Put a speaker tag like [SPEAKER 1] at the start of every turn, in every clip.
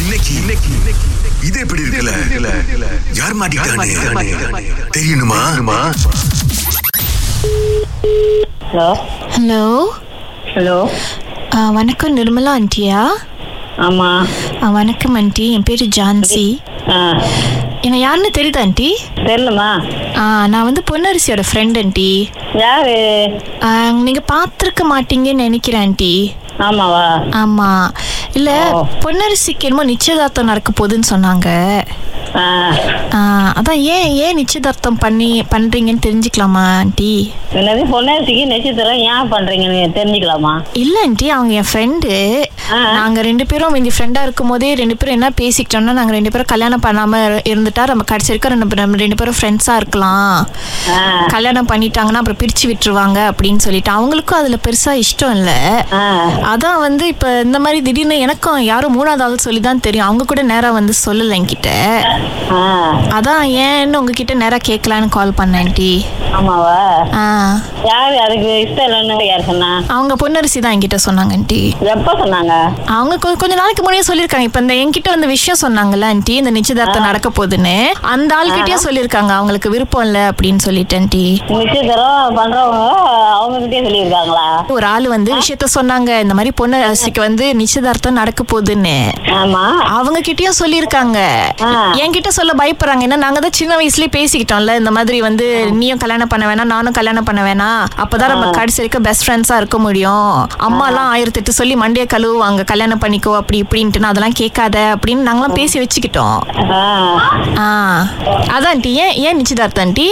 [SPEAKER 1] இன்னைக்கு இன்னைக்கு இது எப்படி இருக்குல்ல யார் மாட்டிக்கிட்டானே தெரியணுமா
[SPEAKER 2] ஹலோ
[SPEAKER 3] ஹலோ
[SPEAKER 2] ஹலோ
[SPEAKER 3] ஆ, வணக்கம் நிர்மலா ஆண்டியா
[SPEAKER 2] ஆமா
[SPEAKER 3] ஆ, வணக்கம் ஆண்டி என் பேர் ஜான்சி
[SPEAKER 2] ஆ
[SPEAKER 3] என்ன யாருன்னு தெரியுதா ஆண்டி
[SPEAKER 2] தெரியலம்மா
[SPEAKER 3] ஆ, நான் வந்து பொன்னரசியோட ஃப்ரெண்ட் ஆண்டி
[SPEAKER 2] யாரு
[SPEAKER 3] ஆ, நீங்க பார்த்துருக்க மாட்டீங்கன்னு நினைக்கிறேன் ஆண்டி
[SPEAKER 2] ஆமாவா
[SPEAKER 3] ஆமா இல்ல
[SPEAKER 2] ஓ.
[SPEAKER 3] பொன்னரசிக்கு என்னமோ நிச்சயதார்த்தம் நடக்க போகுதுன்னு சொன்னாங்க
[SPEAKER 2] ஆ
[SPEAKER 3] ஆ, அதான் ஏன் ஏன் நிச்சயதார்த்தம் பண்ணி பண்றீங்கன்னு தெரிஞ்சுக்கலாமா ஆண்டி
[SPEAKER 2] என்னது பொன்னாசிக்கு நெச்சத்தெல்லாம் ஏன் பண்றீங்கன்னு தெரிஞ்சுக்கலாமா
[SPEAKER 3] இல்ல ஆண்டி அவங்க என் ஃப்ரெண்டு
[SPEAKER 2] ஆ.
[SPEAKER 3] நாங்க ரெண்டு பேரும் இந்த ஃப்ரெண்டா இருக்கும் போதே ரெண்டு பேரும் என்ன பேசிக்கிட்டோம்னா நாங்க ரெண்டு பேரும் கல்யாணம் பண்ணாம இரு- இருந்துட்டா நம்ம கடைசி வரைக்கும் ரெண்டு- நம்ம ரெண்டு பேரும் ஃப்ரெண்ட்ஸா இருக்கலாம்
[SPEAKER 2] ஆ
[SPEAKER 3] கல்யாணம் பண்ணிட்டாங்கன்னா அப்புறம் பிரிச்சு விட்டுருவாங்க அப்படின்னு சொல்லிட்டு அவங்களுக்கும் அதுல பெருசா இஷ்டம் இல்ல
[SPEAKER 2] ஆ
[SPEAKER 3] அதான் வந்து இப்ப இந்த மாதிரி திடீர்னு எனக்கும் யாரும் மூணாவது ஆள் சொல்லி தான் தெரியும் அவங்க கூட நேரா வந்து சொல்லல என்கிட்ட
[SPEAKER 2] ஆ
[SPEAKER 3] அதான் ஏன்னு உங்ககிட்ட நேரா கேட்கலான்னு கால் பண்ணேன் ஆண்டி
[SPEAKER 2] ஆமாவா
[SPEAKER 3] ஆ
[SPEAKER 2] யாரு அதுக்கு இஷ்டம் இல்லைன்னு யார் சொன்னா
[SPEAKER 3] அவங்க பொன்னரசி தான் என்கிட்ட சொன்னாங்க ஆண்டி
[SPEAKER 2] எப்போ சொன்னாங்க
[SPEAKER 3] அவங்க கொ- கொஞ்ச நாளைக்கு முன்னாடியே சொல்லியிருக்காங்க இப்ப இந்த என்கிட்ட வந்து விஷயம் சொன்னாங்கல்ல ஆண்டி இந்த நிச்சயதார்த்தம் நடக்க போகுதுன்னு அந்த ஆள்கிட்டயே சொல்லியிருக்காங்க அவங்களுக்கு விருப்பம் இல்லை அப்படின்னு சொல்லிட்டு ஆண்டி
[SPEAKER 2] நிச்சயத்தெல்லாம் பண்றவங்க அவங்ககிட்டயே சொல்லியிருக்காங்களா
[SPEAKER 3] ஒரு ஆள் வந்து விஷயத்த சொன்னாங்க இந்த மாதிரி பொண்ணு ரசிக்கு வந்து நிச்சயதார்த்தம் நடக்க போகுதுன்னு
[SPEAKER 2] ஆமா
[SPEAKER 3] அவங்க கிட்டயும் சொல்லியிருக்காங்க
[SPEAKER 2] ஆ.
[SPEAKER 3] என்கிட்ட சொல்ல பயப்படுறாங்க ஏன்னா நாங்க தான் சின்ன வயசுலயே பேசிக்கிட்டோம்ல இந்த மாதிரி வந்து நீயும் கல்யாணம் பண்ண வேணாம் நானும் கல்யாணம் பண்ண வேணாம் அப்பதான் நம்ம கடைசி வரைக்கும் பெஸ்ட் ஃப்ரெண்ட்ஸா இருக்க முடியும் அம்மா எல்லாம் ஆயிரத்தி எட்டு சொல்லி மண்டைய கழுவுவாங்க கல்யாணம் பண்ணிக்கோ அப்படி இப்படின்ட்டு நான் அதெல்லாம் கேட்காத அப்படின்னு நாங்களாம் பேசி வச்சுக்கிட்டோம்
[SPEAKER 2] ஆ
[SPEAKER 3] ஆ அதான் ஆண்டி ஏன் ஏன் நிச்சயதார்த்தம் ஆண்டி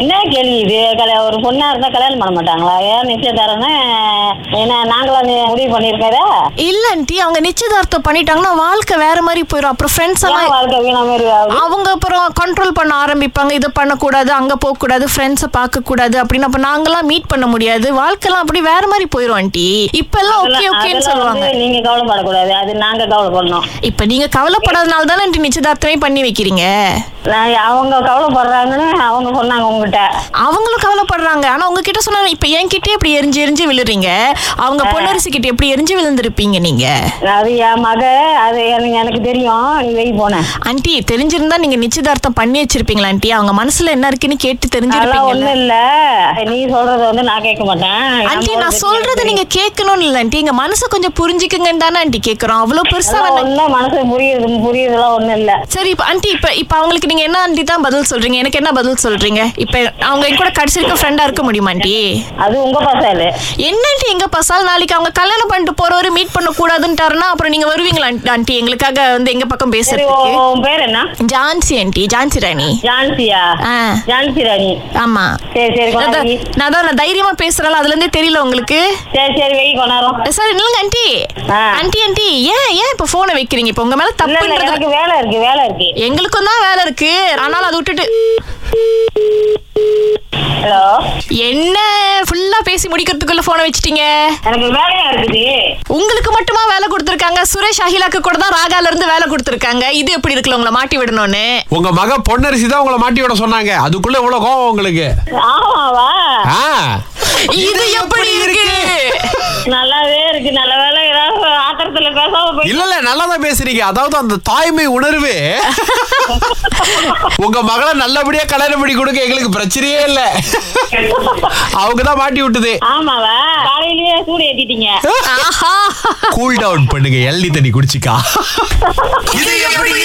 [SPEAKER 2] என்ன கேள்வி இது கல்யா- ஒரு பொண்ணா இருந்தா கல்யாணம் பண்ண மாட்டாங்களா ஏன் நிச்சயதாரன்னு என்ன நாங்களா நீ முடிவு பண்ணியிருக்கதா
[SPEAKER 3] இல்ல ஆண்டி அவங்க நிச்சயதார்த்தம் பண்ணிட்டாங்கன்னா வாழ்க்கை வேற மாதிரி போயிடும் அப்புறம் ஃப்ரெண்ட்ஸ் எல்லாம்
[SPEAKER 2] ஏன் வாழ்க்கை வீணா மாதிரி ஆகுது
[SPEAKER 3] அவங்க அப்புறம் கண்ட்ரோல் பண்ண ஆரம்பிப்பாங்க இதை பண்ணக்கூடாது அங்கே போகக்கூடாது ஃப்ரெண்ட்ஸை பார்க்கக்கூடாது அப்படின்னு அப்போ நாங்களாம் மீட் பண்ண முடியாது வாழ்க்கைலாம் அப்படி வேற மாதிரி போயிடும் ஆண்டி இப்பெல்லாம் ஓகே
[SPEAKER 2] அதெல்லாம்
[SPEAKER 3] ஓகேன்னு
[SPEAKER 2] அதெல்லாம்
[SPEAKER 3] சொல்லுவாங்க
[SPEAKER 2] வந்து நீங்க கவலைப்படக்கூடாது அது நாங்க கவலைப்படணும்
[SPEAKER 3] இப்போ நீங்கள் கவலைப்படாதனால தானே ஆண்டி நிச்சயதார்த்தமே பண்ணி வைக்கிறீங்க
[SPEAKER 2] நான் அவங்க கவலைப்படுறாங்கன்னு அவங்க சொன்னாங்க உங்ககிட்ட
[SPEAKER 3] அவங்களும் கவலைப்படுறாங்க ஆனால் உங்ககிட்ட சொன்னா இப்போ என்கிட்டயே இப்படி எரிஞ்சு எரிஞ்சு விழுறீங்க அவங்க பொன்னரசி கிட்ட எப்படி எரிஞ்சு விழுந்திருப்பீங்க நீங்கள்
[SPEAKER 2] அது என் மக அது எனக்கு எனக்கு தெரியும் நீ வெய் போனேன்
[SPEAKER 3] ஆண்டி தெரிஞ்சிருந்தா நீங்க நிச்சயதார்த்தம் பண்ணி வச்சிருப்பீங்களா ஆண்டி அவங்க மனசுல என்ன இருக்குன்னு கேட்டு
[SPEAKER 2] அதெல்லாம்
[SPEAKER 3] தெரிஞ்சிருப்பீங்களா
[SPEAKER 2] ஒண்ணும் இல்ல நீ சொல்றத வந்து நான் கேட்க மாட்டேன்
[SPEAKER 3] ஆண்டி
[SPEAKER 2] எனக்கு
[SPEAKER 3] நான் சொல்றத நீங்க கேட்கணும்னு இல்ல ஆண்டி எங்க மனசை கொஞ்சம் புரிஞ்சுக்குங்கன்னு தானே ஆண்டி கேக்குறோம் அவ்வளவு பெருசா
[SPEAKER 2] அதெல்லாம்
[SPEAKER 3] வேணாம்
[SPEAKER 2] ஒண்ணும் மனசு புரியுது புரியுதுலாம் ஒண்ணும் இல்ல
[SPEAKER 3] சரி இப்ப ஆண்டி இப்ப இப்ப அவங்களுக்கு நீங்க என்ன ஆண்டி தான் பதில் சொல்றீங்க எனக்கு என்ன பதில் சொல்றீங்க இப்ப அவங்க என் கூட கடைசி இருக்க ஃப்ரெண்டா இருக்க முடியுமா ஆண்டி
[SPEAKER 2] அது உங்க பசாலு
[SPEAKER 3] என்ன ஆண்டி எங்க பசால் நாளைக்கு அவங்க கல்யாணம் பண்ணிட்டு போறவரு மீட் பண்ண கூடாதுன்ட்டாருன்னா அப்புறம் நீங்க வருவீங்களா ஆண்டி- ஆண்டி எங்களுக்காக வந்து எங்க பக்கம்
[SPEAKER 2] சரி
[SPEAKER 3] பேசுறதுக்கு
[SPEAKER 2] உன் உன் பேர் என்ன
[SPEAKER 3] ஜான்சி ஆண்டி ஜான்சி ராணி
[SPEAKER 2] ஜான்சியா
[SPEAKER 3] ஆ.
[SPEAKER 2] ஜான்சி ராணி
[SPEAKER 3] ஆமா
[SPEAKER 2] சரி சரி
[SPEAKER 3] நான் தான்
[SPEAKER 2] கொண்டாடி
[SPEAKER 3] நான் தான் நான் தைரியமா பேசுறேன் அதுல இருந்தே தெரியல உங்களுக்கு
[SPEAKER 2] சரி சரி வெய் கொண்டாரம்
[SPEAKER 3] சார் இல்லைங்க ஆண்டி
[SPEAKER 2] ஆ.
[SPEAKER 3] ஆண்டி ஆண்டி ஏன் ஏன் இப்ப போனை வைக்கிறீங்க இப்ப உங்க மேல
[SPEAKER 2] இல்ல இல்ல
[SPEAKER 3] தப்புன்றது
[SPEAKER 2] எனக்கு வேலை இருக்கு வேலை இருக்கு
[SPEAKER 3] எங்களுக்கும் தான் வேலை இருக்கு ஆனாலும் அதை விட்டுட்டு
[SPEAKER 2] ஹலோ
[SPEAKER 3] என்ன ஃபுல்லா பேசி முடிக்கிறதுக்குள்ள போனை வச்சிட்டீங்க
[SPEAKER 2] எனக்கு வேலையா இருக்குது
[SPEAKER 3] உங்களுக்கு மட்டுமா வேலை கொடுத்துருக்காங்க சுரேஷ் அகிலாக்கு கூட தான் ராகால இருந்து வேலை கொடுத்துருக்காங்க இது எப்படி இருக்குல்ல உங்களை மாட்டி விடணும்னு
[SPEAKER 4] உங்க மக பொன்னரசி தான் உங்களை மாட்டி விட சொன்னாங்க அதுக்குள்ள இவ்வளவு கோவம் உங்களுக்கு
[SPEAKER 2] ஆமாவா
[SPEAKER 4] ஆ
[SPEAKER 3] இது எப்படி இருக்கு
[SPEAKER 2] நல்லாவே இருக்கு நல்ல வேலை ஏதாவது ஆத்திரத்துல பேசாம போய்
[SPEAKER 4] இல்ல இல்ல நல்லாதான் பேசுறீங்க அதாவது அந்த தாய்மை உணர்வு உங்க மகளை நல்லபடியா கல்யாணம் பண்ணி கொடுக்க எங்களுக்கு பிரச்சனையே இல்ல அவங்க தான் மாட்டி விட்டுது
[SPEAKER 2] ஆமாவா காலையிலயே சூடு ஏத்திட்டீங்க
[SPEAKER 3] ஆஹா
[SPEAKER 4] கூல் டவுன் பண்ணுங்க எள்ளி தண்ணி குடிச்சிக்கா
[SPEAKER 1] இது எப்படி